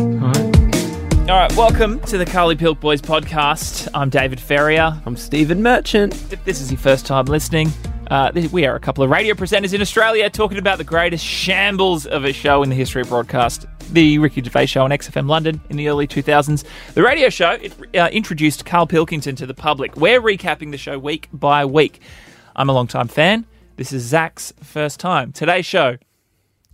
All right, welcome to the Carly Pilk Boys podcast. I'm David Ferrier. I'm Stephen Merchant. If this is your first time listening, uh, th- we are a couple of radio presenters in Australia talking about the greatest shambles of a show in the history of broadcast. The Ricky Gervais Show on XFM London in the early 2000s. The radio show it, uh, introduced Carl Pilkington to the public. We're recapping the show week by week. I'm a long-time fan. This is Zach's first time. Today's show,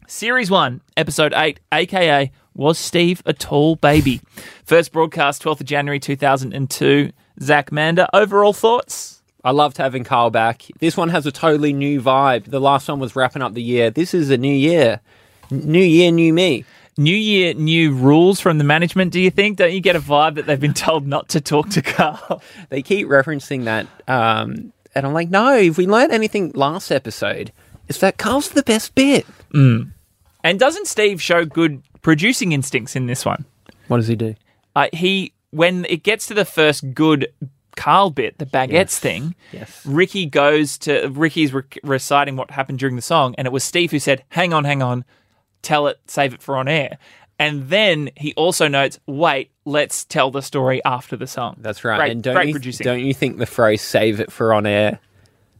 Series 1, Episode 8, aka Was Steve a Tall Baby? First broadcast, 12th of January 2002. Zach Mander, overall thoughts? I loved having Carl back. This one has a totally new vibe. The last one was wrapping up the year. This is a new year. N- New year, new me. New year, new rules from the management, do you think? Don't you get a vibe that they've been told not to talk to Carl? They keep referencing that. Um, and I'm like, no, if we learned anything last episode, it's that Carl's the best bit. And doesn't Steve show good producing instincts in this one? What does he do? Uh, he, when it gets to the first good Carl bit, the baguettes thing, Yes. Ricky goes to Ricky's re- reciting what happened during the song, and it was Steve who said, "Hang on, hang on, tell it, save it for on air." And then he also notes, "Wait, let's tell the story after the song." That's right. Great, and don't great you, producing. don't you think the phrase "save it for on air"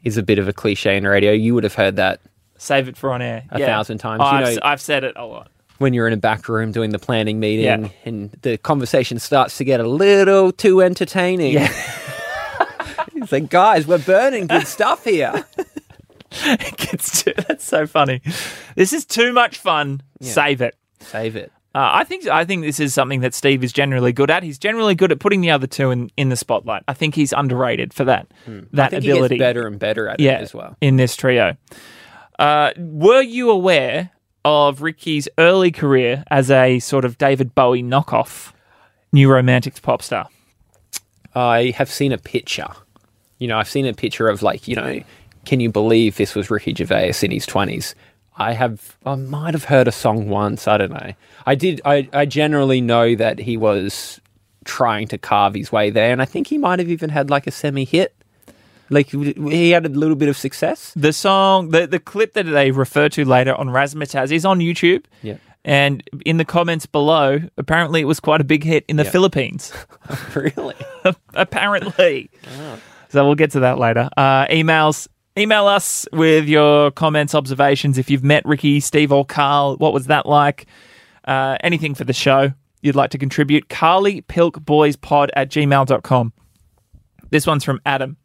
is a bit of a cliche in radio? You would have heard that Save it for on air A thousand times, Oh, you I've, know- s- I've said it a lot. when you're in a back room doing the planning meeting, Yeah. and the conversation starts to get a little too entertaining. Yeah. it's like, guys, we're burning good stuff here. it gets too, that's so funny. This is too much fun. Save it. Save it. Uh, I think I think this is something that Steve is generally good at. He's generally good at putting the other two in, in the spotlight. I think he's underrated for that that Hmm. I think ability. he gets better and better at yeah, it as well. in this trio. Uh, were you aware of Ricky's early career as a sort of David Bowie knockoff new romantics pop star? I have seen a picture. You know, I've seen a picture of like, you know, can you believe this was Ricky Gervais in his twenties? I have, I might have heard a song once. I don't know. I did. I, I generally know that he was trying to carve his way there, and I think he might have even had like a semi-hit. Like he had a little bit of success. The song, the, the clip that they refer to later on Razzmatazz is on YouTube. Yeah. And in the comments below, apparently it was quite a big hit in the Yeah. Philippines. really? apparently. Ah. So we'll get to that later. Uh, emails. Email us with your comments, observations. If you've met Ricky, Steve, or Carl, what was that like? Uh, anything for the show you'd like to contribute, carlypilkboyspod at gmail.com. This one's from Adam.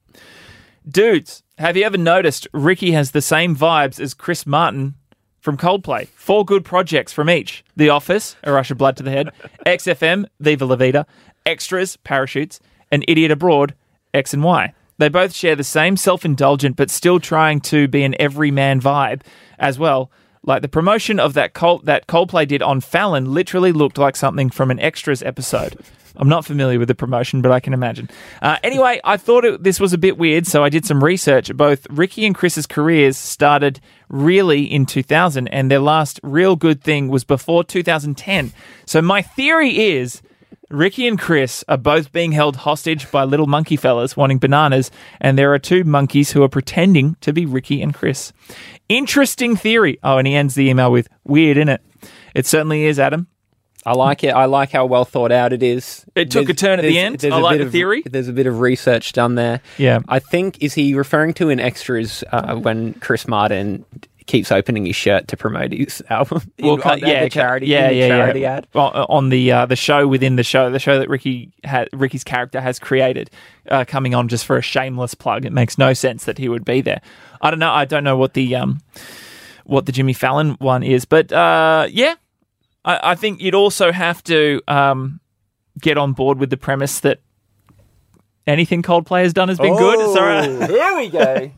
Dudes, have you ever noticed Ricky has the same vibes as Chris Martin from Coldplay? Four good projects from each The Office, A Rush of Blood to the Head, XFM, Viva La Vida, Extras, Parachutes, and Idiot Abroad, X and Y. They both share the same self indulgent but still trying to be an everyman vibe as well. Like the promotion of that Col- that Coldplay did on Fallon literally looked like something from an extras episode. I'm not familiar with the promotion, but I can imagine. Uh, anyway, I thought it, this was a bit weird, so I did some research. Both Ricky and Chris's careers started really in 2000, and their last real good thing was before 2010. So my theory is Ricky and Chris are both being held hostage by little monkey fellas wanting bananas, and there are two monkeys who are pretending to be Ricky and Chris. Interesting theory. Oh, and he ends the email with weird, innit? It certainly is, Adam. I like it. I like how well thought out it is. It took a turn at the end. there's I a like bit the of- theory. There's a bit of research done there. Yeah. I think is he referring to in extras uh, when Chris Martin keeps opening his shirt to promote his album? In- on the- the charity, yeah, in the yeah, charity yeah. ad. On, on the uh, the show within the show, the show that Ricky ha- Ricky's character has created, uh, coming on just for a shameless plug. It makes no sense that he would be there. I don't know. I don't know what the um, what the Jimmy Fallon one is, but uh, yeah, I, I think you'd also have to um, get on board with the premise that anything Coldplay has done has been good. Oh. It's all right. Here we go.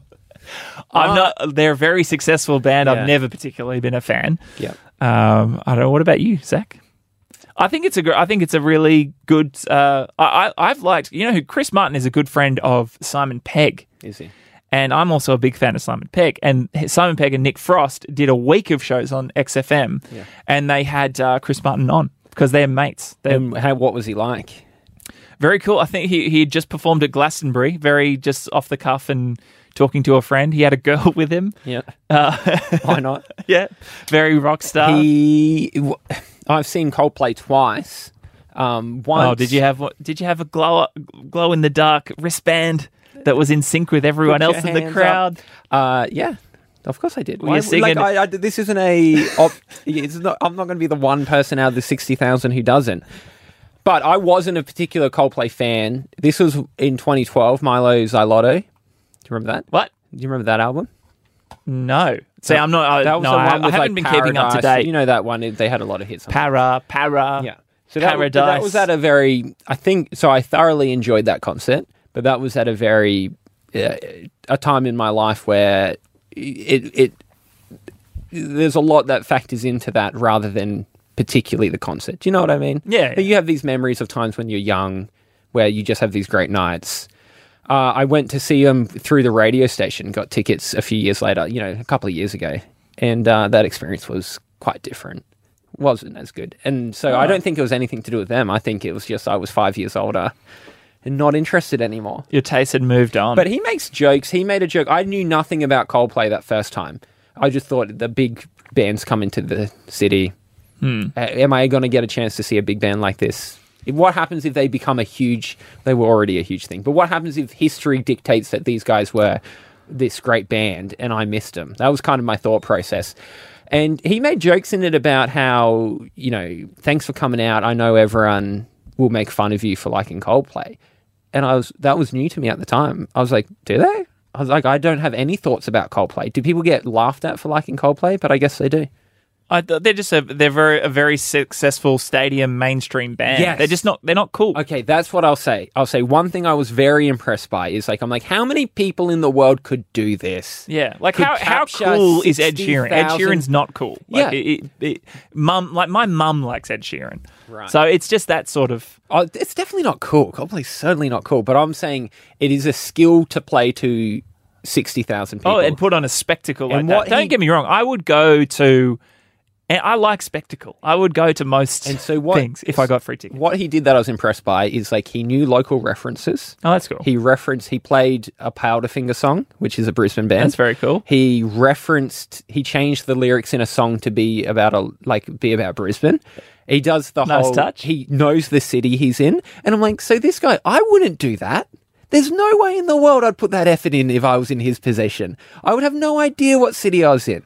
I'm not. They're a very successful band. Ah. Yeah. I've never particularly been a fan. yeah. Um, I don't know. What about you, Zach? I think it's a. gr- I think it's a really good. Uh, I, I I've liked. You know who Chris Martin is a good friend of Simon Pegg, Is he? and I'm also a big fan of Simon Pegg. And Simon Pegg and Nick Frost did a week of shows on XFM, and they had uh, Chris Martin on because they're mates. They're And Um, how, what was he like? very cool. I think he he had just performed at Glastonbury, very just off the cuff and talking to a friend. He had a girl with him. Yeah. Uh, Why not? yeah, very rock star. He, w- I've seen Coldplay twice. Um, once, oh, did you have what- did you have a glow glow in the dark wristband that was in sync with everyone Put your else in the hands crowd? Uh, yeah, of course I did. Were you Why- singing- Like, I, I, this isn't a. Op, it's not, I'm not going to be the one person out of the sixty thousand who doesn't. But I wasn't a particular Coldplay fan. This was in 2012. Milo Xylotto. Do you remember that? What? Do you remember that album? No. See, I'm not. I, That was no, the I, one I with, haven't been like, keeping up to Paradise. date. You know that one? They had a lot of hits. on para, para. Yeah. So that, w- that Paradise. was at a very, I think, so I thoroughly enjoyed that concert, but that was at a very, uh, a time in my life where it, it, there's a lot that factors into that rather than particularly the concert. Do you know what I mean? Yeah. But you have these memories of times when you're young where you just have these great nights. Uh, I went to see them through the radio station, got tickets a few years later, you know, a couple of years ago. And uh, that experience was quite different. Wasn't as good. And so I don't think it was anything to do with them. I think it was just I was five years older and not interested anymore. Your taste had moved on. But he makes jokes. He made a joke. I knew nothing about Coldplay that first time. I just thought the big bands come into the city. Uh, am I going to get a chance to see a big band like this? What happens if they become a huge? They were already a huge thing. But what happens if history dictates that these guys were this great band and I missed them? That was kind of my thought process. And he made jokes in it about how you know, thanks for coming out. I know everyone will make fun of you for liking Coldplay and I was that was new to me at the time. I was like, do they? I was like, I don't have any thoughts about Coldplay. Do people get laughed at for liking Coldplay? But I guess they do. I, th- they're just a they're very a very successful stadium mainstream band. Yes. They're just not they're not cool. Okay, that's what I'll say. I'll say one thing I was very impressed by is like I'm like, how many people in the world could do this? Yeah, like Could how, how capture cool is Ed Sheeran? Ed 60,000 Sheeran's not cool. Like, Yeah. it, it, it- mum like my mum likes Ed Sheeran. Right. So it's just that sort of Oh, it's definitely not cool. Coldplay's certainly not cool. But I'm saying it is a skill to play to sixty thousand people. oh, and put on a spectacle like And that. what Don't he- get me wrong. I would go to, and I like spectacle. I would go to most And so what- things if I got free tickets. what he did that I was impressed by is like he knew local references. Oh, that's cool. He referenced he played a Powderfinger song, which is a Brisbane band. That's very cool. He referenced he changed the lyrics in a song to be about a like be about Brisbane. He does the Nice whole touch. he knows the city he's in. And I'm like, so this guy, I wouldn't do that. There's no way in the world I'd put that effort in if I was in his position. I would have no idea what city I was in.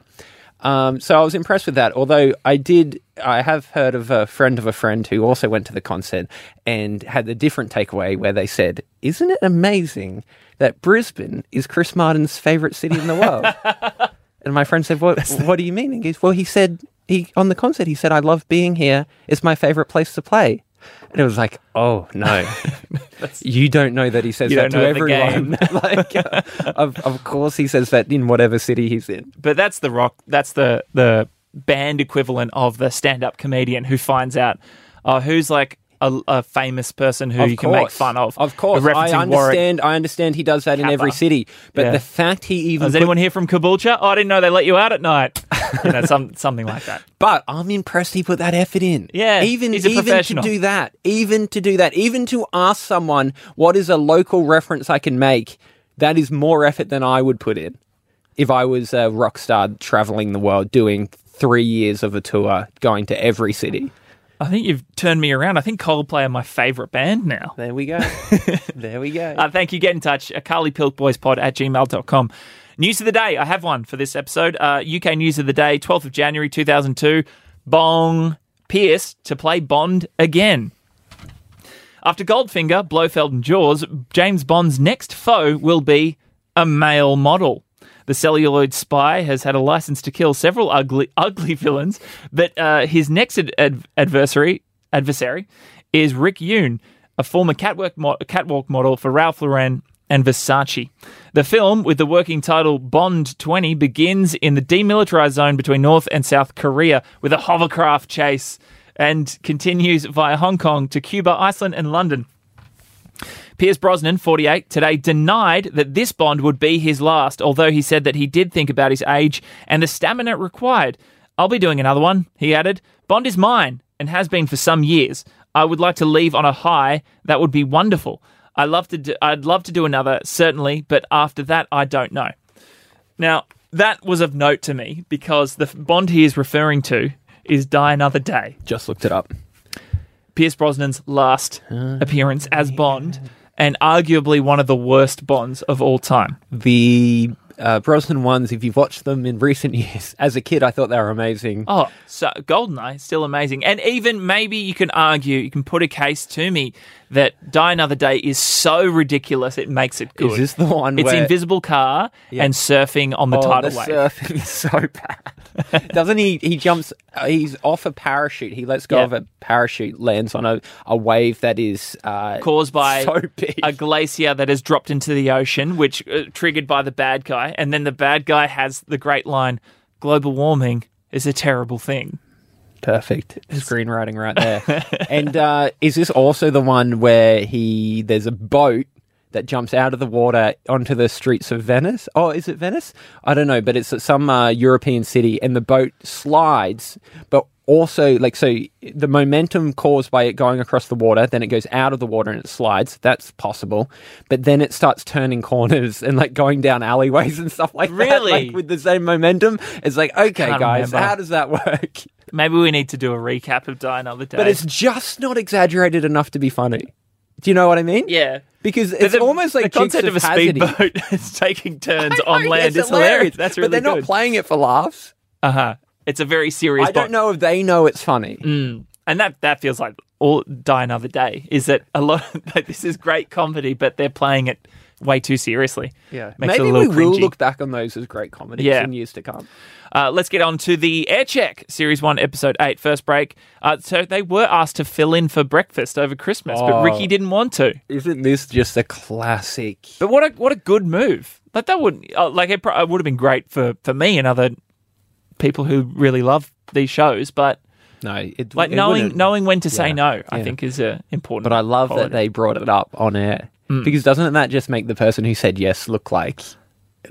Um, so I was impressed with that. Although I did, I have heard of a friend of a friend who also went to the concert and had a different takeaway where they said, Isn't it amazing that Brisbane is Chris Martin's favorite city in the world? And my friend said, "What? What do you mean?" And he goes, "Well, he said he on the concert. He said I love being here. It's my favorite place to play." And it was like, "Oh no, you don't know that he says You that don't to know the game. everyone. like, uh, of of course he says that in whatever city he's in. but that's the rock that's the the band equivalent of the stand-up comedian who finds out uh, who's like a, a famous person who Of you can make course. fun of Of course, Referencing I Warwick. understand. I understand he does that in every Kappa. city. But Yeah. the fact he even is put- anyone here from Caboolture? Oh, I didn't know they let you out at night. You know, some, something like that. But I'm impressed he put that effort in. Yeah, even he's a even professional. to do that, even to do that, even to ask someone what is a local reference I can make. That is more effort than I would put in if I was a rock star traveling the world, doing three years of a tour, going to every city. I think you've turned me around. I think Coldplay are my favorite band now. There we go. there we go. Uh, thank you. Get in touch. Uh, CarlyPilkBoysPod at gmail.com. News of the day. I have one for this episode. Uh, UK news of the day, 12th of January 2002. Bong Pierce to play Bond again. After Goldfinger, Blofeld, and Jaws, James Bond's next foe will be a male model. The celluloid spy has had a license to kill several ugly, ugly villains, but uh, his next ad- ad- adversary adversary is Rick Yoon, a former catwalk, mo- catwalk model for Ralph Lauren and Versace. The film, with the working title Bond 20, begins in the demilitarized zone between North and South Korea with a hovercraft chase and continues via Hong Kong to Cuba, Iceland, and London. Piers Brosnan, 48, today denied that this Bond would be his last, although he said that he did think about his age and the stamina required. I'll be doing another one, he added. Bond is mine and has been for some years. I would like to leave on a high. That would be wonderful. I love to. Do, I'd love to do another, certainly, but after that, I don't know. Now that was of note to me because the Bond he is referring to is Die Another Day, Just looked it up. Pierce Brosnan's last Ah. appearance as Bond, and arguably one of the worst Bonds of all time. The uh, Brosnan ones, if you've watched them in recent years, as a kid, I thought they were amazing. Oh, so Goldeneye still amazing, and even maybe you can argue, you can put a case to me that Die Another Day is so ridiculous it makes it good. Is this the one Oh, It's where invisible car and surfing on the oh, tidal the wave. surfing is so bad? Doesn't he? He jumps. uh, He's off a parachute. He lets go Yeah. of a parachute, lands on a, a wave that is uh, caused by so big. a glacier that has dropped into the ocean, which uh, triggered by the bad guy, and then the bad guy has the great line: "Global warming is a terrible thing." Perfect screenwriting right there. and uh, is this also the one where he there's a boat that jumps out of the water onto the streets of Venice? Oh, is it Venice? I don't know, but it's at some uh, European city, and the boat slides, but also like so the momentum caused by it going across the water then it goes out of the water and it slides that's possible but then it starts turning corners and like going down alleyways and stuff like that Really? like, with the same momentum it's like okay Can't guys remember. how does that work Maybe we need to do a recap of Die Another Day. but it's just not exaggerated enough to be funny. Do you know what I mean? yeah. Because it's the, almost like the concept of Dukes a Hazzard-y. speedboat is taking turns I on know, land it's is hilarious. That's really but they're not good. playing it for laughs. uh huh. It's Mm. a very serious. I don't Bond. know if they know it's funny. and that that feels like all die another day is that a lot like this is great comedy but they're playing it way too seriously Makes it Maybe a little we will cringy. look back on those as great comedies Yeah. in years to come. uh, let's get on to the air check series 1 episode 8 first break uh, so they were asked to fill in for breakfast over christmas but Oh. ricky didn't want to Isn't this just a classic? but what a what a good move like that would uh, like it, pro- it would have been great for for me and other people who really love these shows but No, it, like it knowing wouldn't. knowing when to say Yeah. no i Yeah. think is uh, important But I love quality. Mm. that they brought it up on air because doesn't that just make the person who said yes look like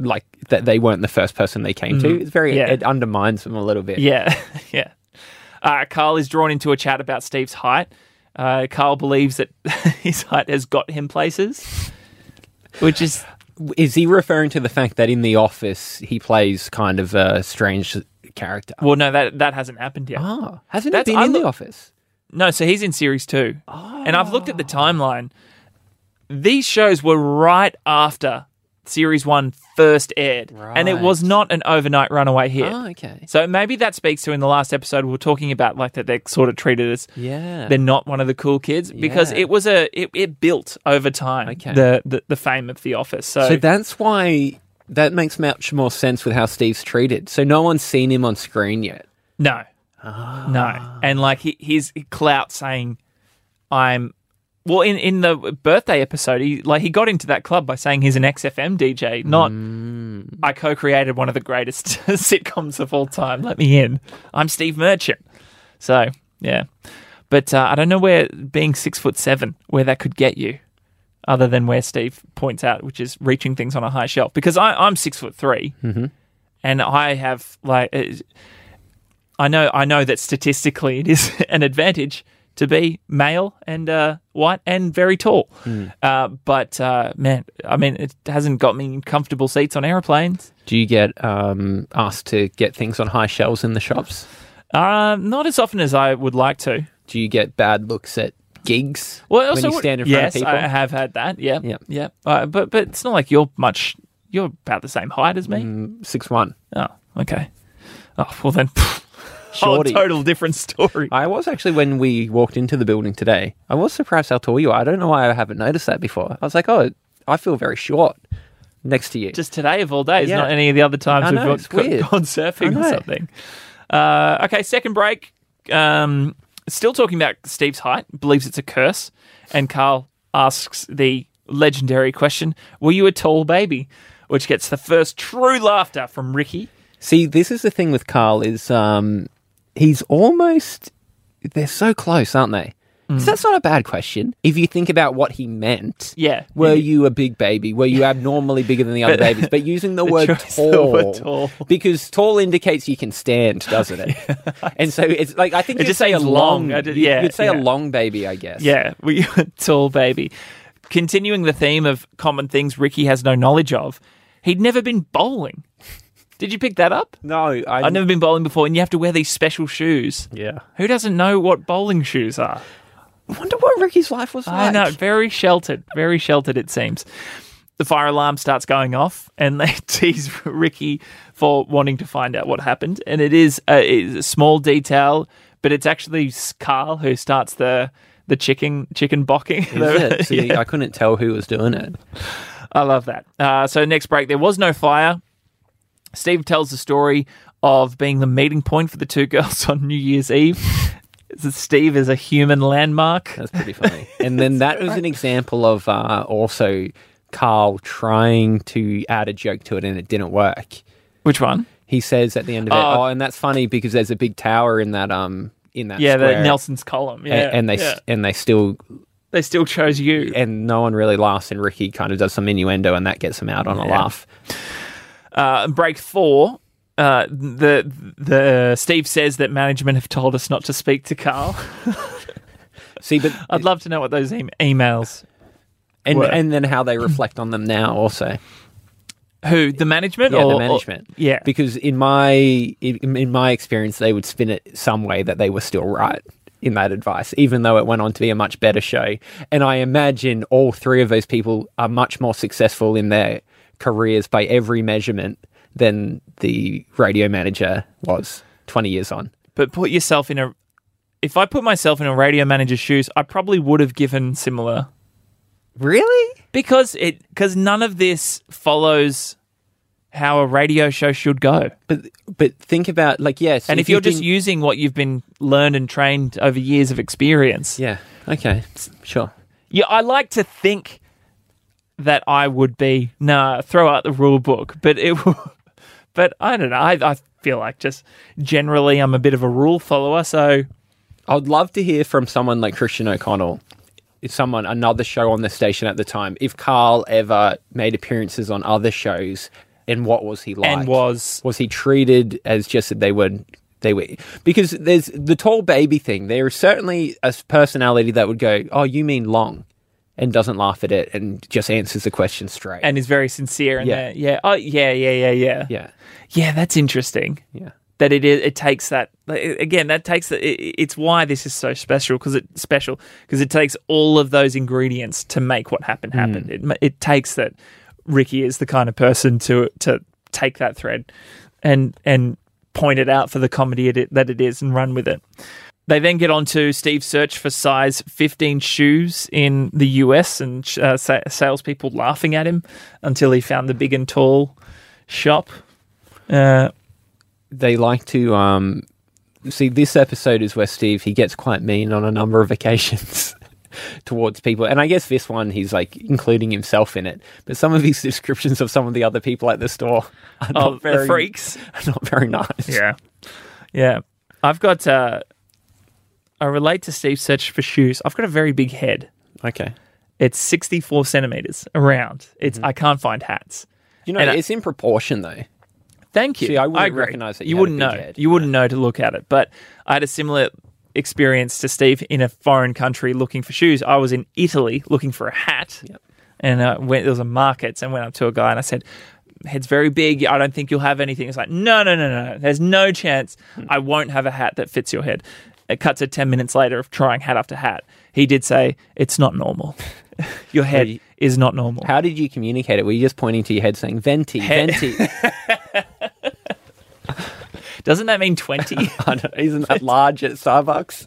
like that they weren't the first person they came to? It's very Mm-hmm. Yeah. it undermines them a little bit. Yeah, yeah. Uh, Carl is drawn into a chat about Steve's height. Uh, Carl believes that his height has got him places, which is Is he referring to the fact that in The Office he plays kind of a strange character? well, no, that that hasn't happened yet. Ah, hasn't Oh, That's- he been I in look- The Office? No, so he's in series two, and I've looked at the timeline. These shows were right after series one first aired, and it Right. was not an overnight runaway hit. Ah, okay. So maybe that speaks to in the last episode we were talking about like that they're sort of treated as Yeah. they're not one of the cool kids because Yeah. it was a it, it built over time Okay. the, the the fame of the office. So, so that's why that makes much more sense with how Steve's treated. So no one's seen him on screen yet. no, no, and like he, his clout saying, "I'm." Well, in, in the birthday episode, he like he got into that club by saying he's an XFM DJ, not I co-created one of the greatest sitcoms of all time. Let me in. I'm Steve Merchant. So yeah, but uh, I don't know where being six foot seven where that could get you, other than where Steve points out, which is reaching things on a high shelf. Because I, I'm six foot 3 and I have like uh, it- I know I know that statistically it is an advantage to be male and uh, white and very tall. Hmm. Uh, but uh, man, I mean, it hasn't got me in comfortable seats on airplanes. Do you get um, asked to get things on high shelves in the shops? Uh, not as often as I would like to. Do you get bad looks at gigs Well, also when you would- stand in yes, front of people? I have had that. Yeah, yeah, Yep. yeah. Uh, but but it's not like you're much. You're about the same height as me. Hmm. Mm, Six one. Oh, okay. Oh well, then. Shorty. Whole total different story. I was actually when we walked into the building today. I was surprised how tall you are. I don't know why I haven't noticed that before. I was like, oh, I feel very short next to you. just today of all days, Yeah. not any of the other times I we've know, got, it's weird. gone I surfing or know. something. Uh, okay, second break. Um, still talking about Steve's height, believes it's a curse, and Carl asks the legendary question, "Were you a tall baby?" Which gets the first true laughter from Ricky. See, this is the thing with Carl is um, he's almost they're so close, aren't they? So that's not a bad question if you think about what he meant. Mm. Yeah. Were you a big baby? Were you abnormally bigger than the other babies? But using the, word, choice tall, of the word tall. because tall indicates you can stand, doesn't it? And so it's like I think It you'd just say a seems long. long, I did- you- yeah, you'd say yeah. a long baby, I guess. Yeah, were you a tall baby? continuing the theme of common things Ricky has no knowledge of, he'd never been bowling. Did you pick that up? No, I, I've never been bowling before, and you have to wear these special shoes. Yeah. Who doesn't know what bowling shoes are? wonder what Ricky's life was I know, very sheltered, very sheltered it seems. The fire alarm starts going off, and they tease Ricky for wanting to find out what happened. And it is a, it is a small detail, but it's actually Carl who starts the the chicken chicken balking. Is it? See, I couldn't tell who was doing it. I love that. Uh, so next break, there was no fire. Steve tells the story of being the meeting point for the two girls on New Year's Eve. So Steve is a human landmark. That's pretty funny. And then that was an example of uh, also Carl trying to add a joke to it and it didn't work. Which one? He says at the end of it, Oh. "Oh, and that's funny because there's a big tower in that um in that Yeah, the square." Nelson's column. A- Yeah, and they yeah. s and they still they still chose you. and no one really laughs and Ricky kind of does some innuendo and that gets him out on a laugh. Uh, break four. Uh, the the Steve says that management have told us not to speak to Carl. See, but I'd love to know what those em emails. and Word. and then how they reflect on them now also. Who the management? Yeah, or, the or- management. yeah, because in my in, in my experience, they would spin it some way that they were still right in that advice, even though it went on to be a much better show. And I imagine all three of those people are much more successful in their careers by every measurement than the radio manager was twenty years on. but put yourself in a. If I put myself in a radio manager's shoes, I probably would have given similar Really? because it because none of this follows how a radio show should go. But but think about like yes, And if, you're you've been- just using what you've been learned and trained over years of experience, yeah okay sure Yeah, I like to think that I would be nah, throw out the rule book, but it, w- but I don't know. I, I feel like just generally I'm a bit of a rule follower, so I'd love to hear from someone like Christian O'Connell, someone another show on the station at the time. If Carl ever made appearances on other shows, and what was he like? and was was he treated as just that they were they were because there's the tall baby thing. There is certainly a s- personality that would go, "Oh, you mean long," and doesn't laugh at it and just answers the question straight. and is very sincere and Yeah. yeah, yeah, oh yeah, yeah, yeah, yeah, yeah, Yeah, that's interesting. yeah. That it is, it takes that like, again. That takes the, it, it's why this is so special because it's special because it takes all of those ingredients to make what happened happen. It ma- it takes that Ricky is the kind of person to to take that thread and and point it out for the comedy it, that it is and run with it. They then get on to Steve's search for size 15 shoes in the US and uh, sa- salespeople laughing at him until he found the big and tall shop. Uh, they like to um see this episode is where steve he gets quite mean on a number of occasions towards people and i guess this one he's like including himself in it but some of his descriptions of some of the other people at the store are Oh, not the very freaks. are not very nice Yeah. Yeah. I've got, uh, I relate to Steve's search for shoes. I've got a very big head. okay It's 64 centimeters around. It's, Mm-hmm. I can't find hats. you know And I- it's in proportion though Thank you. See, I wouldn't agree. recognise that you You, had a wouldn't big know. head. You wouldn't know to look at it. But I had a similar experience to Steve in a foreign country looking for shoes. I was in Italy looking for a hat, and uh, went, there was a market, and went up to a guy and I said, "Head's very big. I don't think you'll have anything." It's like, "No, no, no, no. There's no chance. Hmm. I won't have a hat that fits your head." It cuts to ten minutes later of trying hat after hat. He did say, "It's not normal. your head you- is not normal." how did you communicate it were you just pointing to your head saying venti venti Doesn't that mean twenty? I don't- isn't that large at starbucks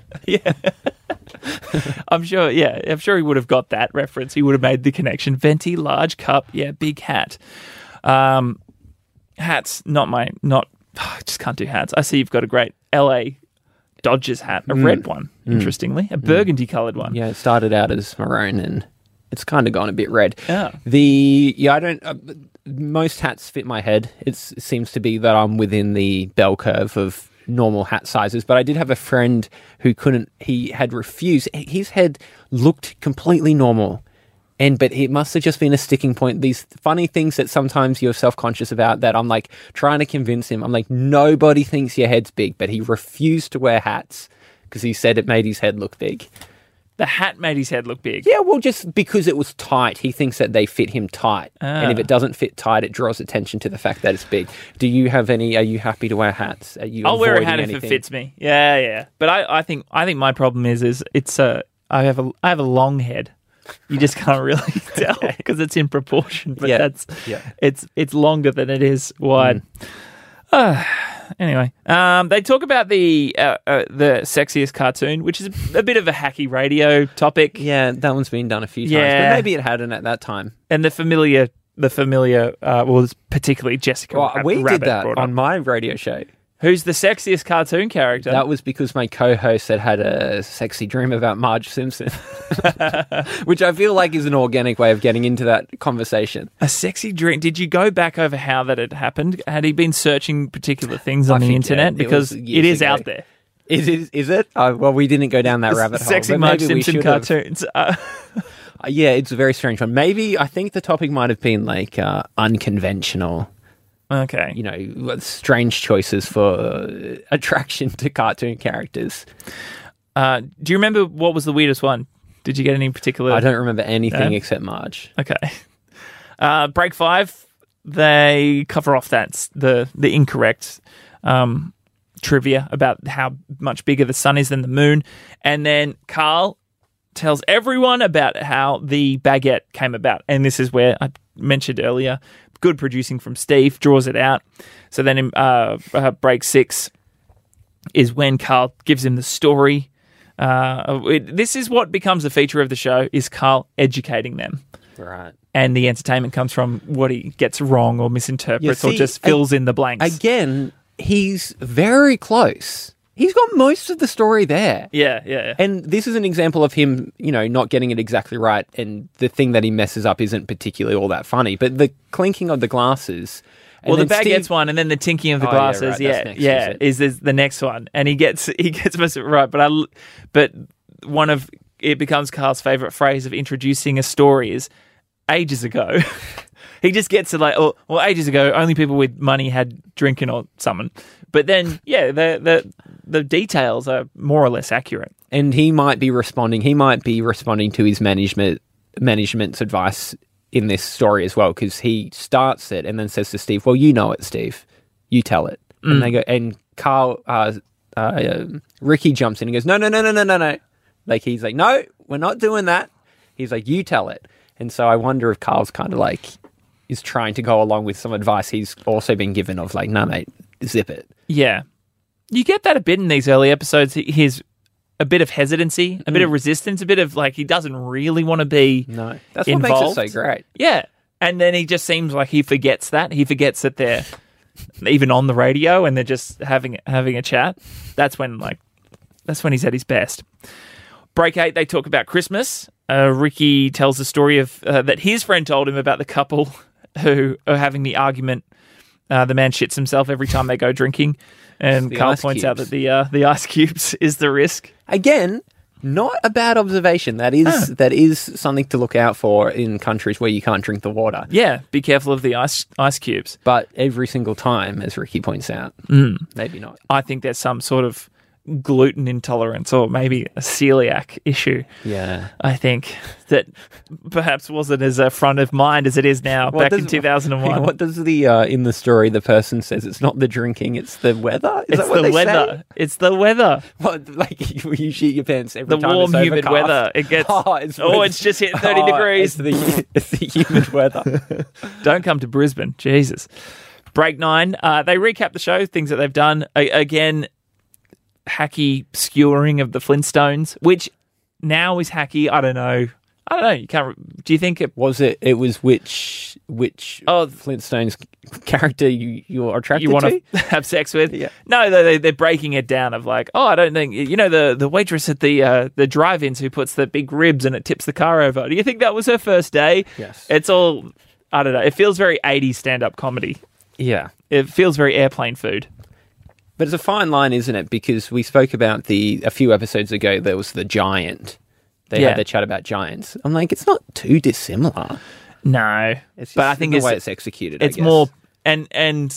I'm sure, yeah, I'm sure he would have got that reference. He would have made the connection. Venti, large cup, yeah, big hat. Um, hats, not my, not, I just can't do hats. I see you've got a great LA Dodgers hat, a red one, interestingly, a burgundy coloured one. Yeah, it started out as maroon and it's kind of gone a bit red. Yeah. The yeah, I don't. Uh, most hats fit my head. It's, it seems to be that I'm within the bell curve of normal hat sizes. But I did have a friend who couldn't. He had refused. His head looked completely normal. And but it must have just been a sticking point. These funny things that sometimes you're self conscious about. That I'm like trying to convince him. I'm like nobody thinks your head's big, but he refused to wear hats because he said it made his head look big. The hat made his head look big. Yeah, well, just because it was tight, he thinks that they fit him tight. And if Ah. it doesn't fit tight, it draws attention to the fact that it's big. Do you have any? Are you happy to wear hats? Are you I'll wear a avoiding hat if it anything? fits me. Yeah, yeah. But I, I think I think my problem is is it's a I have a I have a long head. You just can't really tell because it's in proportion. But Yeah. that's Yeah. it's it's longer than it is wide. Mm. Ah, anyway, um, they talk about the uh, uh, the sexiest cartoon, which is a bit of a hacky radio topic, Yeah, that one's been done a few times. Yeah. But maybe it hadn't at that time. and the familiar the familiar uh, well, it's particularly Jessica. Well, Rab- we did Rabbit that brought on up. my radio show. Who's the sexiest cartoon character? That was because my co-host had had a sexy dream about Marge Simpson, which I feel like is an organic way of getting into that conversation. A sexy dream. Did you go back over how that had happened? Had he been searching particular things on the think, internet? yeah, it because was it years is ago. out there. Is it? Is it? Uh, well, we didn't go down that rabbit hole. Sexy but Marge maybe we Simpson should have. cartoons. Uh, Uh, Yeah, it's a very strange one. Maybe I think the topic might have been like uh, unconventional, okay. you know, uh, strange choices for uh, attraction to cartoon characters. Uh, do you remember what was the weirdest one? Did you get any particular? I don't remember anything Yeah. except Marge. Okay. Uh, break five. They cover off that s- the the incorrect um, trivia about how much bigger the sun is than the moon, and then Carl tells everyone about how the baguette came about, and this is where I mentioned earlier. Good producing from Steve draws it out. So then, in uh, uh, break six, is when Carl gives him the story. Uh, it- this is what becomes a feature of the show: is Carl educating them Right. and the entertainment comes from what he gets wrong or misinterprets Yeah, or see, just fills in the blanks. Again, he's very close. He's got most of the story there. yeah, yeah, yeah. And this is an example of him, you know, not getting it exactly right. And the thing that he messes up isn't particularly all that funny. But the clinking of the glasses. and Well, the then baguettes Steve- one, and then the tinking of the Oh, yeah, right, glasses. that's Yeah, next, yeah, is it? is, is the next one, and he gets he gets most of it right. But I, l- but one of it becomes Carl's favorite phrase of introducing a story is ages ago. he just gets to like, oh, well, ages ago, only people with money had drinking or something. But then, yeah, the the the details are more or less accurate. and he might be responding. He might be responding to his management management's advice in this story as well, because he starts it and then says to Steve, "Well, you know it, Steve. You tell it." And they go, and Carl, uh, uh, um, Ricky jumps in and goes, "No, no, no, no, no, no, no." Like he's like, "No, we're not doing that." He's like, "You tell it." And so I wonder if Carl's kind of like is trying to go along with some advice he's also been given of like, "No, mate, zip it." Yeah. You get that a bit in these early episodes. He- He's a bit of hesitancy, a bit of resistance, a bit of like he doesn't really want to be. No, that's Involved? what makes it so great. Yeah. And then he just seems like he forgets that. He forgets that they're even on the radio and they're just having having a chat. That's when like that's when he's at his best. Break eight, they talk about Christmas. Uh, Ricky tells the story of uh, that his friend told him about the couple who are having the argument. Uh, the man shits himself every time they go drinking, and The Carl ice points out that cubes. the uh, the ice cubes is the risk. Again, not a bad observation. That is Ah. that is something to look out for in countries where you can't drink the water. Yeah, be careful of the ice ice cubes. But every single time, as Ricky points out, Mm. maybe not. I think there's some sort of gluten intolerance or maybe a celiac issue. Yeah. I think that perhaps wasn't as uh, front of mind as it is now back in 2001. What does the uh, in the story the person says? It's not the drinking, it's the weather. it's Is that what the they weather. Say? It's the weather. What, like you, you shit your pants every The time. warm, it's humid overcast. weather. It gets- Oh, it's, Oh, it's just hit 30 oh, degrees. It's the, it's the humid weather. Don't come to Brisbane. Jesus. Break nine. Uh, they recap the show, things that they've done. A- again, hacky skewering of the Flintstones, which now is hacky. I don't know. I don't know. You can't. Re- Do you think it? Was it? It was which which Oh, Flintstones character you you're attracted you want to? to have sex with. Yeah. No, they, they- they're breaking it down of like, oh, I don't think you know the the waitress at the uh, the drive-ins who puts the big ribs and it tips the car over. Do you think that was her first day? Yes. It's all I don't know. It feels very 80s stand-up comedy. Yeah. It feels very airplane food. But it's a fine line, isn't it? Because we spoke about the a few episodes ago. There was the giant. They Yeah. had their chat about giants. I'm like, it's not too dissimilar. No, It's just but I think the it's way it's executed. I it's guess. more and and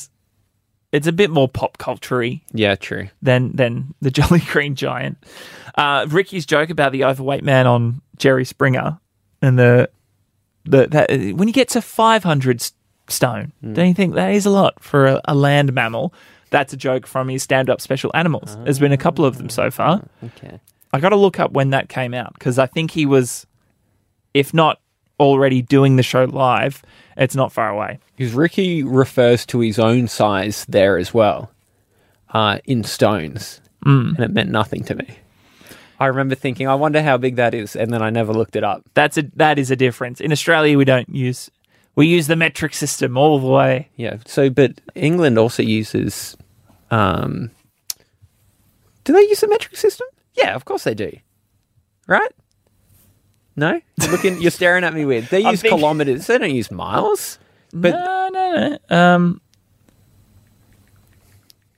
it's a bit more pop culture Yeah, true. than than the Jolly Green Giant. Uh, Ricky's joke about the overweight man on Jerry Springer and the the that, when you get to five hundred stone, don't you think that is a lot for a, a land mammal? That's a joke from his stand-up special Animals. There's been a couple of them so far. Okay. I got to look up when that came out because I think he was, if not already doing the show live, it's not far away. Because Ricky refers to his own size there as well, uh, in stones, mm. and it meant nothing to me. I remember thinking, I wonder how big that is, and then I never looked it up. That's a that is a difference. In Australia, we don't use we use the metric system all the way. Yeah. So, but England also uses. Um, do they use the metric system? Yeah, of course they do. Right? No, you're looking. You're staring at me weird. They I'm use thinking- kilometers. They don't use miles. But no, no, no. Um,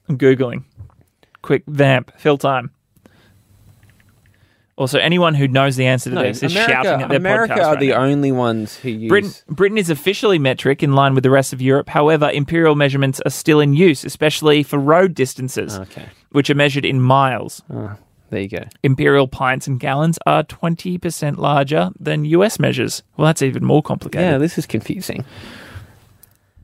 I'm googling. Quick vamp, fill time. Also, anyone who knows the answer to no, this is America, shouting at their America podcast. are right the now. only ones who use. Britain, Britain is officially metric in line with the rest of Europe. However, imperial measurements are still in use, especially for road distances, Okay. which are measured in miles. Oh, there you go. Imperial pints and gallons are 20% larger than US measures. Well, that's even more complicated. Yeah, this is confusing.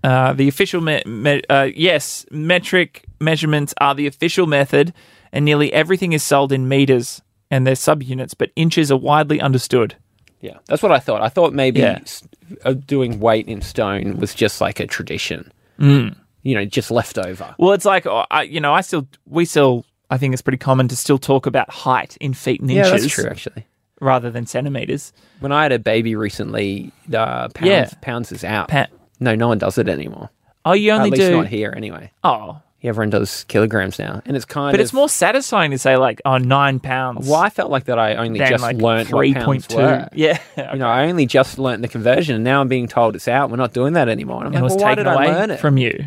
Uh, the official me- me- uh, yes, metric measurements are the official method, and nearly everything is sold in meters and their subunits, but inches are widely understood. Yeah, that's what I thought. I thought maybe Yeah. s- uh, doing weight in stone was just like a tradition. Mm. You know, just left over. Well, it's like oh, I, you know, I still we still I think it's pretty common to still talk about height in feet and Yeah, inches that's true. Actually, rather than centimeters. when I had a baby recently, uh, pounds, Yeah. pounds is out. Pa- no, no one does it anymore. Oh, you only At least do not here, anyway. oh, Everyone does kilograms now, and it's kind but of. it's more satisfying to say like oh nine pounds. Well, I felt like that. I only than just like learned three what point pounds two. were. Yeah, You know, I only just learned the conversion, and now I'm being told it's out. We're not doing that anymore. And I'm it like, was well, why taken did I learn away it? from you.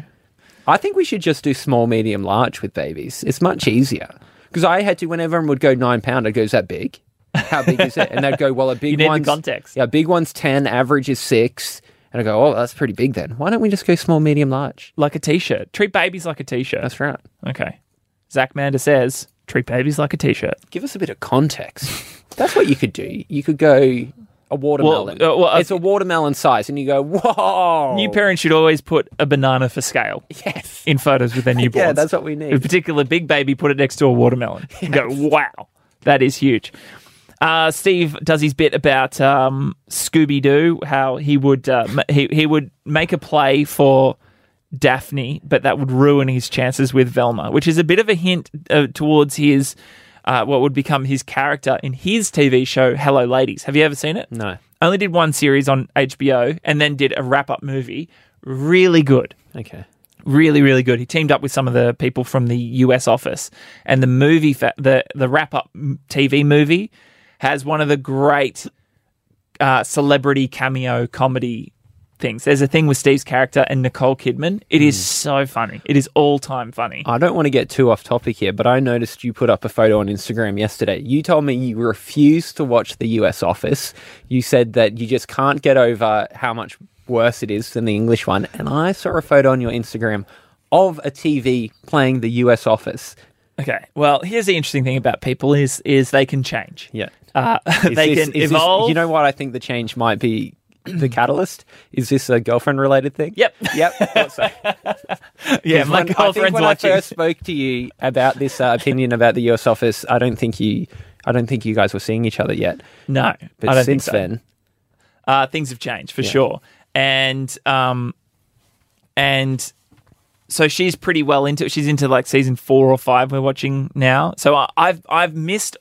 I think we should just do small, medium, large with babies. It's much easier. Because I had to, when everyone would go nine pound, I'd go, is that big? How big is it? And they'd go, well, a big need the one's. context. Yeah, big one's 10, average is six. And I go, oh, that's pretty big then. Why don't we just go small, medium, large? Like a t-shirt. Treat babies like a t-shirt. That's right. Okay. Zach Mander says, treat babies like a t shirt. Give us a bit of context. that's what you could do. You could go, a watermelon. uh, well, uh, it's a watermelon size. And you go, whoa. New parents should always put a banana for scale Yes. in photos with their newborns. Yeah, that's what we need. In particular, big baby put it next to a watermelon. You go, wow, that is huge. Uh, Steve does his bit about um, Scooby Doo, how he would uh, ma- he he would make a play for Daphne, but that would ruin his chances with Velma, which is a bit of a hint uh, towards his uh, what would become his character in his TV show Hello Ladies. Have you ever seen it? No. Only did one series on HBO and then did a wrap up movie. Really good Okay. really really good. He teamed up with some of the people from the US office, and the movie, fa- the the wrap up TV movie, has one of the great uh, celebrity cameo comedy things. There's a thing with Steve's character and Nicole Kidman. It is so funny. It is all time funny. Hmm. I don't want to get too off topic here, but I noticed you put up a photo on Instagram yesterday. You told me you refused to watch the US office. You said that you just can't get over how much worse it is than the English one. And I saw a photo on your Instagram of a TV playing the US office. Okay. Well, here's the interesting thing about people is is they can change. Yeah. Uh, they can evolve. you know what I think the change might be the catalyst? Is this a girlfriend related thing? Yep. Yep. thought so. yeah, Because my when- I girlfriend's think when watching. I first spoke to you about this uh, opinion about the U.S. office, I don't think you, I don't think you guys were seeing each other yet. no, But I don't think since so. then, uh, things have changed for sure. And um, and so she's pretty well into. She's into like season four or five. We're watching now. So I, I've I've missed.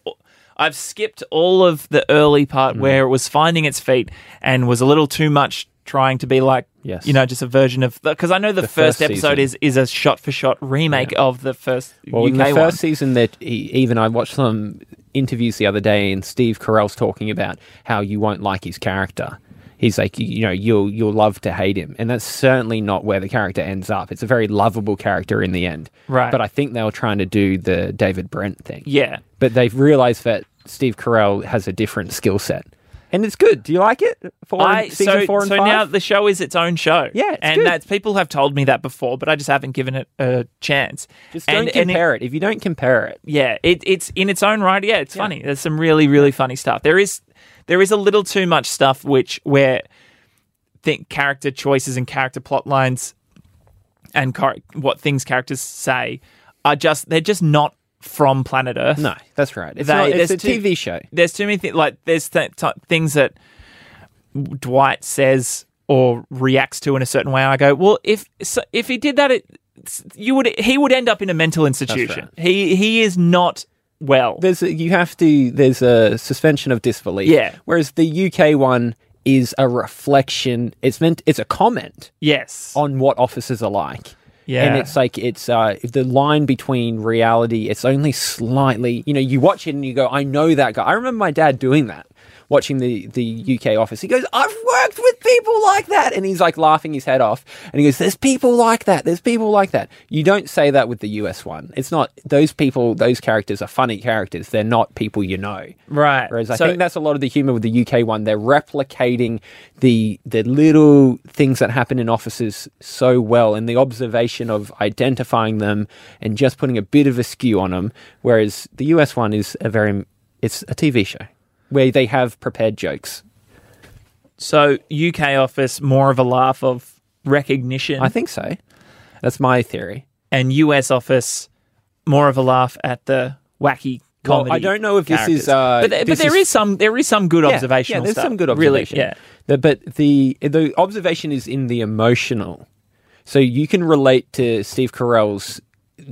I've skipped all of the early Mm. part where it was finding its feet and was a little too much trying to be like Yes. you know just a version of because I know the, first, first episode season. is is a shot for shot remake of the first well, UK in the first one. season, that e- even I watched some interviews the other day, and Steve Carell's talking about how you won't like his character. He's like, you know, you'll you'll love to hate him, and that's certainly not where the character ends up. It's a very lovable character in the end, Right. But I think they were trying to do the David Brent thing. yeah but they've realized that Steve Carell has a different skill set. and it's good. Do you like it? Four, and- I, season so four and so five? now the show is its own show. Yeah, it's and good. that's people have told me that before, but I just haven't given it a chance. Just don't And- and it- compare it, If you don't compare it, yeah, it, it's in its own right. Yeah, it's funny. There's some really, really funny stuff. There is, there is a little too much stuff which where think character choices and character plot lines and char- what things characters say are just they're just not from planet Earth. no, that's right. It's, They- not, there's it's a two- TV show. There's too many things like there's th- t- things that Dwight says or reacts to in a certain way. And I go, well, if so, if he did that, it, you would he would end up in a mental institution. He he is not well. There's a, you have to. There's a suspension of disbelief. Yeah. Whereas the UK one is a reflection. It's meant. It's a comment yes. on what officers are like. Yeah. And it's like it's uh, the line between reality. It's only slightly. You know, you watch it and you go, I know that guy. I remember my dad doing that. Watching the, the UK office, he goes, I've worked with people like that. And he's like laughing his head off. And he goes, There's people like that. There's people like that. You don't say that with the US one. It's not, those people, those characters are funny characters. They're not people you know. Right. Whereas I So- think that's a lot of the humor with the UK one. They're replicating the the little things that happen in offices so well, and the observation of identifying them and just putting a bit of a skew on them. Whereas the US one is a very it's a TV show where they have prepared jokes. So UK office more of a laugh of recognition, I think so. That's my theory. and US office more of a laugh at the wacky Well, comedy. I don't know if this is, characters. uh, but, there- this but there is- is some there is some good Yeah, observational. Yeah, there's stuff. some good Really, observation. yeah. The- but the the observation is in the emotional. So you can relate to Steve Carell's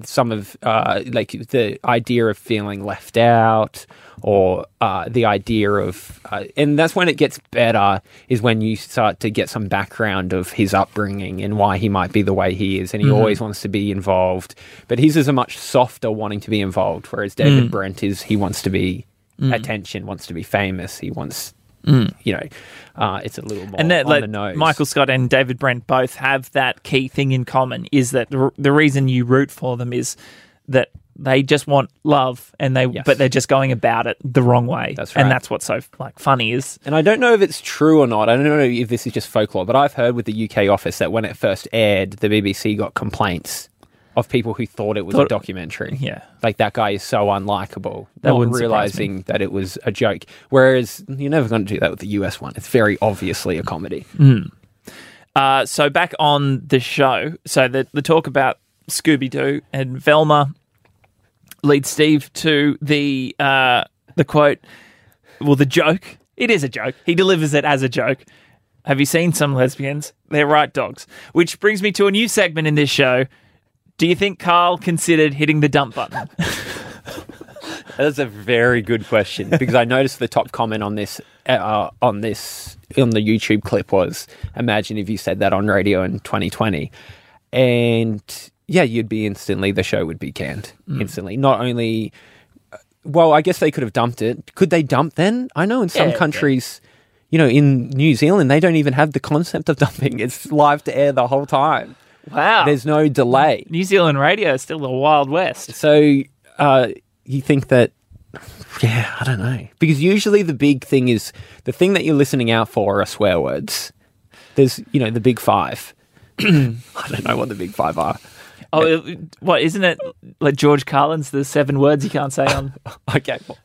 some of uh, like the idea of feeling left out or uh, the idea of uh, and that's when it gets better is when you start to get some background of his upbringing and why he might be the way he is and he Mm-hmm. always wants to be involved but his is a much softer wanting to be involved whereas david Mm. brent is he wants to be attention wants to be famous he wants you know uh, it's a little Mm. more And that, on like, the nose Michael Scott and David Brent both have that key thing in common is that the, the reason you root for them is that they just want love, and they Yes. but they're just going about it the wrong way. That's and right. that's what's so like funny is And I don't know if it's true or not. I don't know if this is just folklore, but I've heard with the UK office that when it first aired, the BBC got complaints of people who thought it was a Thought- documentary. Yeah. Like that guy is so unlikable, That not wouldn't surprise me. realizing that it was a joke. Whereas you're never going to do that with the US one. It's very obviously a comedy. Uh, so back on the show, so the, the talk about Scooby Doo and Velma leads Steve to the uh, the quote, well, the joke. It is a joke. He delivers it as a joke. Have you seen some lesbians? They're right dogs. Which brings me to a new segment in this show. Do you think Carl considered hitting the dump button? That's a very good question because I noticed the top comment on this uh, on this on the YouTube clip was imagine if you said that on radio in 2020 and yeah you'd be instantly the show would be canned instantly not only uh, well I guess they could have dumped it could they dump then I know in some Yeah, countries you know in New Zealand they don't even have the concept of dumping it's live to air the whole time Wow. there's no delay New Zealand radio is still the Wild West. so uh, you think that? Yeah, I don't know. Because usually the big thing is the thing that you're listening out for are swear words. There's, you know, the big five. I don't know what the big five are. Oh, it- what isn't it? Like George Carlin's the seven words you can't say on Okay, well,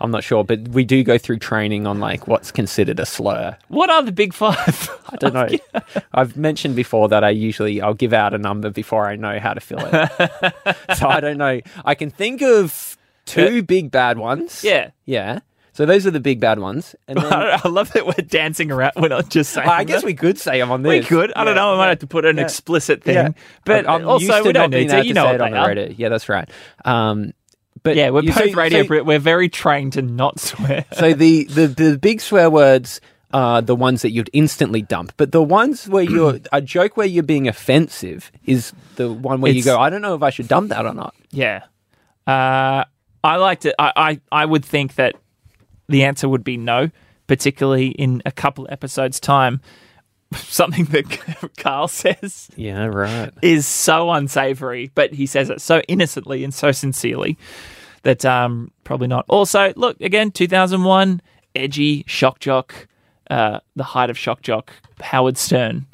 I'm not sure, but we do go through training on like what's considered a slur. What are the big five? I don't know. I've mentioned before that I usually I'll give out a number before I know how to fill it. so I don't know. I can think of two big bad ones. Yeah. Yeah. So those are the big bad ones. And then I, love that we're dancing around. We're not just saying. I guess we could say them on we this. could. I don't know. I might have to put an explicit thing, but I'm used also to we not don't being need to. able You know say what it they on the are. radio. Yeah, that's right. Um, but Yeah, we're you- so- both radio. so- Brit. We're very trained to not swear. so the, the the big swear words are the ones that you'd instantly dump, but the ones where you're a joke where you're being offensive is the one where you It's- go, I don't know if I should dump that or not. Yeah. Uh, I like to. I, I I would think that the answer would be no, particularly in a couple episodes time. Something that Carl says Yeah, right. is so unsavory, but he says it so innocently and so sincerely that um, probably not. Also, look again, 2001. edgy shock jock, uh, the height of shock jock, Howard Stern,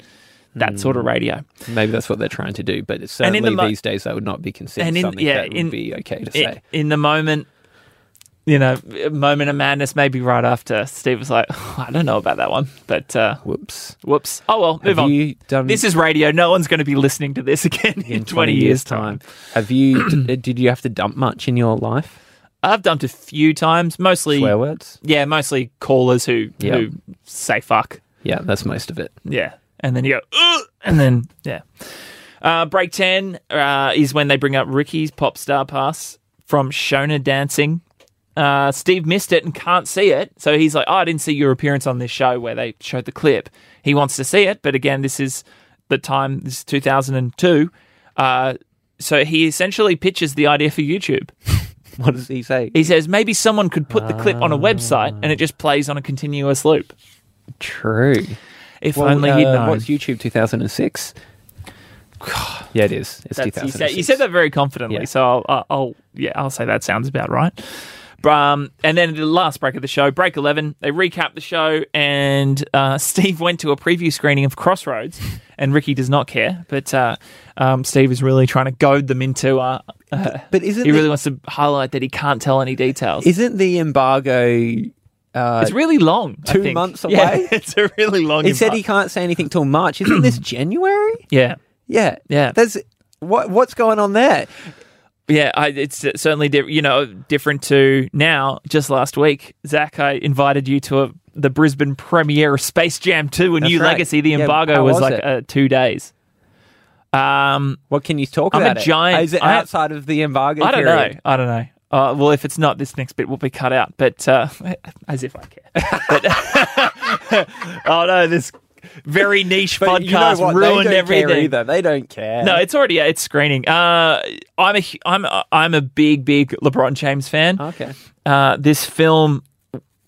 that sort of radio. Maybe that's what they're trying to do, but it's And in the certainly mo- these days that would not be considered And in- something yeah, that in- would be okay to I- say. in the moment, you know, moment of madness, maybe right after Steve was like, "Oh, I don't know about that one, but uh, Whoops. whoops. Oh well, move Have on. you done this is radio. No one's going to be listening to this again in, 20, years' time. Have you? d- did you have to dump much in your life? I've dumped a few times, mostly. Swear words. Yeah, mostly callers who Yeah. who say fuck. Yeah, that's most of it. Yeah. And then you go, Ugh! and then, yeah. Uh, break 10 uh, is when they bring up Ricky's pop star pass from Shona Dancing. Uh, Steve missed it and can't see it. So he's like, oh, I didn't see your appearance on this show where they showed the clip. He wants to see it. But again, this is the time, this is 2002. Uh, so he essentially pitches the idea for YouTube. What does he say? He says maybe someone could put the clip on a website and it just plays on a continuous loop. True. If only he'd known. uh, What's YouTube 2006? Yeah, it is. It's That's- you, 2006. said, you said that very confidently, Yeah. so I'll, I'll, I'll yeah, I'll say that sounds about right. Um, and then the last break of the show, break eleven, they recap the show, and uh, Steve went to a preview screening of Crossroads, and Ricky does not care, but uh, um, Steve is really trying to goad them into. Uh, uh, But isn't he the, really wants to highlight that he can't tell any details. isn't the embargo? Uh, it's really long. I two think. months Yeah, away? it's a really long. he said embar- he can't say anything till March. Isn't this January? Yeah. Yeah, Yeah. There's what what's going on there? Yeah, I, it's certainly di- you know different to now. Just last week, Zach, I invited you to a, the Brisbane premiere of Space Jam Two: A That's New right. Legacy. The Yeah, embargo how was, was like it? uh, two days. Um, What can you talk I'm a about? it? giant- Is it I- outside of the embargo? I don't period? know. I don't know. Uh, well, if it's not, this next bit will be cut out. But uh, as if I care. But, oh no, this very niche But podcast you know what? ruined they don't everything. Care either. They don't care. No, it's already it's screening. Uh, I'm a hu- I'm a, I'm a big big LeBron James fan. okay. uh, this film,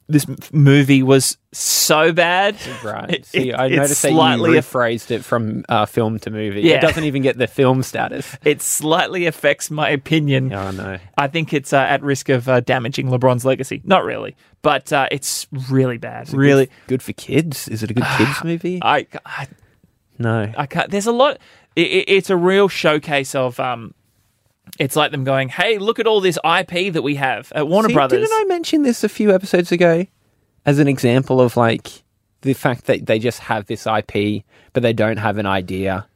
this m- movie was so bad. Right. It- See, it- I it's noticed that you slightly aff- rephrased it from uh, film to movie. Yeah. It doesn't even get the film status. It slightly affects my opinion. Oh no. I think it's uh, at risk of uh, damaging LeBron's legacy. Not really, but uh, it's really bad. really, Uh, Good for kids? Is it a good kids movie? I, I No. I can't. There's a lot. It, it, it's a real showcase of. Um, it's like them going, "Hey, look at all this IP that we have at Warner See, Brothers." Didn't I mention this a few episodes ago as an example of like the fact that they just have this IP, but they don't have an idea.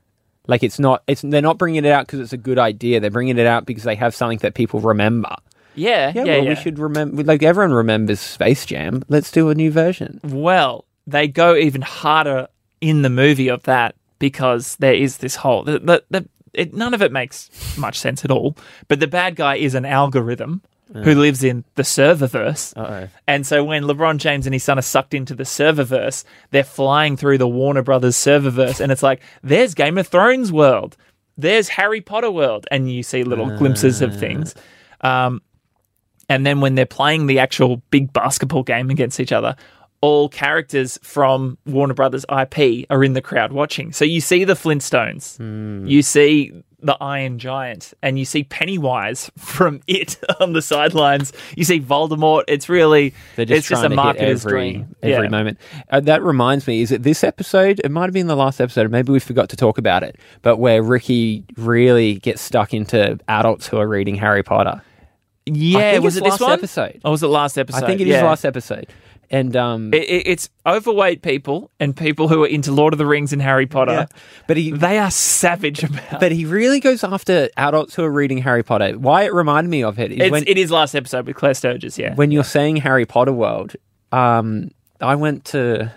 Like it's not. It's they're not bringing it out because it's a good idea. They're bringing it out because they have something that people remember. Yeah, yeah, Yeah, well, we should remember. Like everyone remembers Space Jam. Let's do a new version. Well, they go even harder in the movie of that because there is this whole the, the, the, it, none of it makes much sense at all. But the bad guy is an algorithm who lives in the serververse. Uh-oh. And so when LeBron James and his son are sucked into the serververse, they're flying through the Warner Brothers serververse, and it's like there's Game of Thrones world, there's Harry Potter world, and you see little glimpses of things. Um, and then when they're playing the actual big basketball game against each other, all characters from Warner Brothers IP are in the crowd watching. So you see the Flintstones, Hmm. you see the Iron Giant, and you see Pennywise from it on the sidelines. You see Voldemort. It's really They're just it's just a trying to hit marketer's every, dream. every yeah. moment. Uh, that reminds me, is it this episode? It might have been the last episode. Maybe we forgot to talk about it. But where Ricky really gets stuck into adults who are reading Harry Potter. I Yeah, think was it it's this last one? episode. Or was it last episode? I think it is yeah. last episode. And um, It, it, it's overweight people and people who are into Lord of the Rings and Harry yeah. Potter. but he They are savage about. but he really goes after adults who are reading Harry Potter. Why it reminded me of it is It's, when it is last episode with Claire Sturgis. Yeah, when you're saying Harry Potter world. Um, I went to.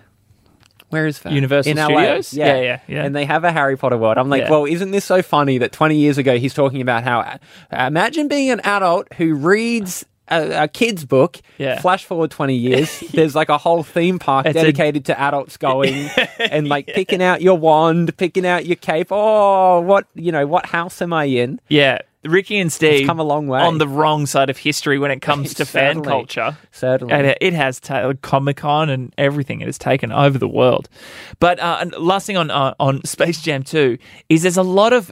Where is that? Universal In LA. Studios? Yeah, yeah, yeah. And they have a Harry Potter world. I'm like, Yeah. well, isn't this so funny that 20 years ago he's talking about how uh, imagine being an adult who reads a, a kid's book. Yeah. Flash forward 20 years, there's like a whole theme park It's a- dedicated to adults going and like picking out your wand, picking out your cape. Oh, what you know, what house am I in? yeah. Ricky and Steve come a long way. on the wrong side of history when it comes to fan Certainly. culture. Certainly. And it- it has ta- Comic Con and everything. It has taken over the world. But uh, and last thing on uh, on Space Jam Two is there's a lot of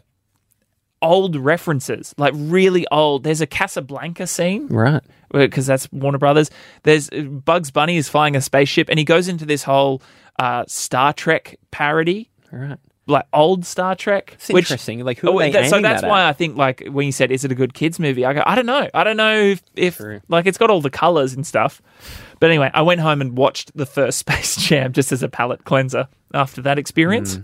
old references, like really old. There's a Casablanca scene Right. because uh, that's Warner Brothers. There's uh, Bugs Bunny is flying a spaceship, and he goes into this whole uh, Star Trek parody, Right. like old Star Trek. It's interesting. Like, who Oh, are they that- so aiming that's that at? why I think, like, when you said, "Is it a good kids movie?" I go, "I don't know. I don't know if, if True. like it's got all the colors and stuff." But anyway, I went home and watched the first Space Jam just as a palate cleanser after that experience,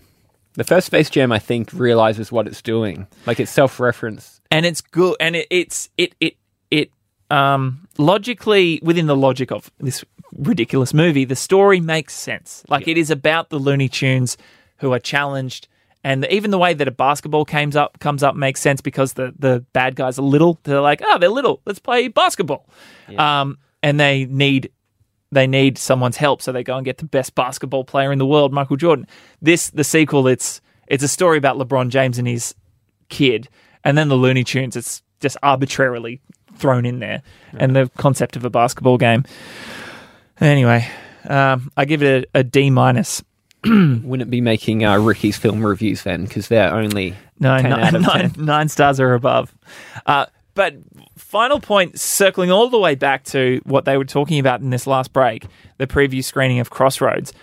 The first Space Jam, I think, realizes what it's doing. Like, it's self reference. and it's good. And it, it's it it it um logically within the logic of this ridiculous movie, the story makes sense. Like it is about the Looney Tunes who are challenged. And even the way that a basketball comes up comes up makes sense because the, the bad guys are little. They're like, oh, they're little. Let's play basketball. Um, and they need they need someone's help, so they go and get the best basketball player in the world, Michael Jordan. This the sequel. It's it's a story about LeBron James and his kid, and then the Looney Tunes. It's just arbitrarily thrown in there, and the concept of a basketball game. Anyway, um, I give it a, a D minus. Wouldn't it be making uh, Ricky's film reviews then? Because they're only No, 10 out nine, of nine, 10. nine stars or above. Uh, but final point, circling all the way back to what they were talking about in this last break, the preview screening of Crossroads.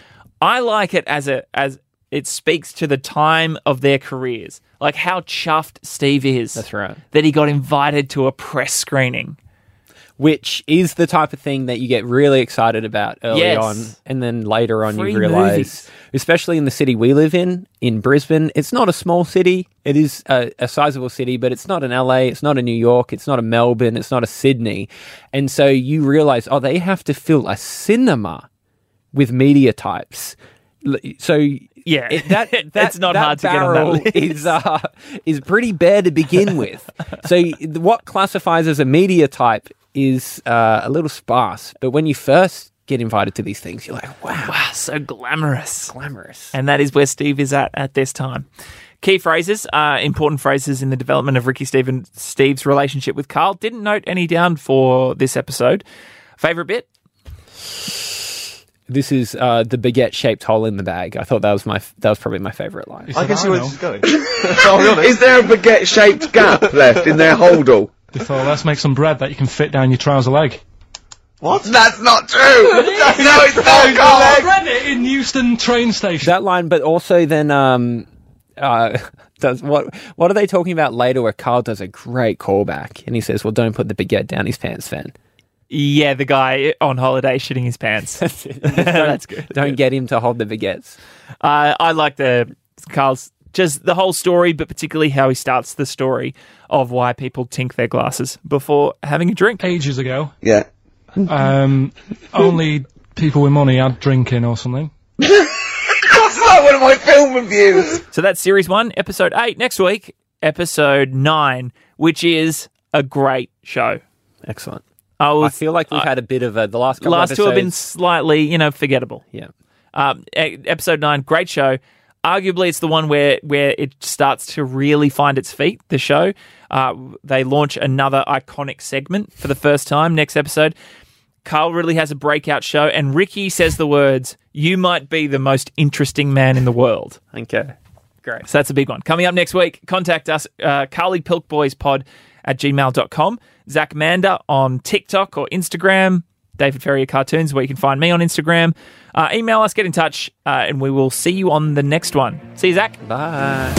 I like it as a as it speaks to the time of their careers, like how chuffed Steve is. That's right. That he got invited to a press screening. Which is the type of thing that you get really excited about early Yes. on. And then later on, Free you realize, movies. especially in the city we live in, in Brisbane, it's not a small city. It is a, a sizable city, but it's not an LA, it's not a New York, it's not a Melbourne, it's not a Sydney. And so you realize, oh, they have to fill a cinema with media types. L- So Yeah, it, that, that that's not that hard to get on that barrel list. is uh, is pretty bare to begin with. so y- what classifies as a media type is uh, a little sparse. But when you first get invited to these things, you're like, wow, Wow, so glamorous. glamorous. And that is where Steve is at at this time. Key phrases are important phrases in the development of Ricky Steven, Steve's relationship with Carl. Didn't note any down for this episode. Favorite bit? This is uh, the baguette shaped hole in the bag. I thought that was my f- that was probably my favorite line. I can see where this is going. Is there a baguette shaped gap left in their holdall? They thought, let's make some bread that you can fit down your trouser leg. That's not true! no, it's not, Carl! Bread it in Euston train station. that line, but also then um, uh, does what? What are they talking about later? Where Carl does a great callback and he says, "Well, don't put the baguette down his pants, Sven. Yeah, the guy on holiday shitting his pants. Uh, That's good. Don't get him to hold the baguettes." Uh, I like the Carl's just the whole story, but particularly how he starts the story of why people tink their glasses before having a drink. Ages ago, Yeah. um, only people with money had drinking or something. That's like one of my film reviews! So that's series one, episode eight. Next week, episode nine, which is a great show. Excellent. I I was feel like we've had a bit of a the last couple Uh, last two have been episodes- slightly, you know, forgettable. yeah. Um, e- episode nine, great show. Arguably, it's the one where where it starts to really find its feet. The show, uh, they launch another iconic segment for the first time. Next episode, Carl really has a breakout show, and Ricky says the words, "You might be the most interesting man in the world." Okay. Great. So that's a big one. Coming up next week, contact us, uh, Carly Pilk Boys Pod at gmail.com, Zach Mander on TikTok or Instagram, David Ferrier Cartoons, where you can find me on Instagram. Uh, email us, get in touch, uh, and we will see you on the next one. See you, Zach. Bye.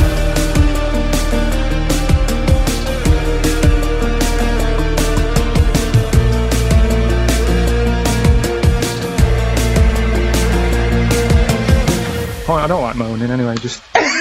Point, I don't like moaning anyway, just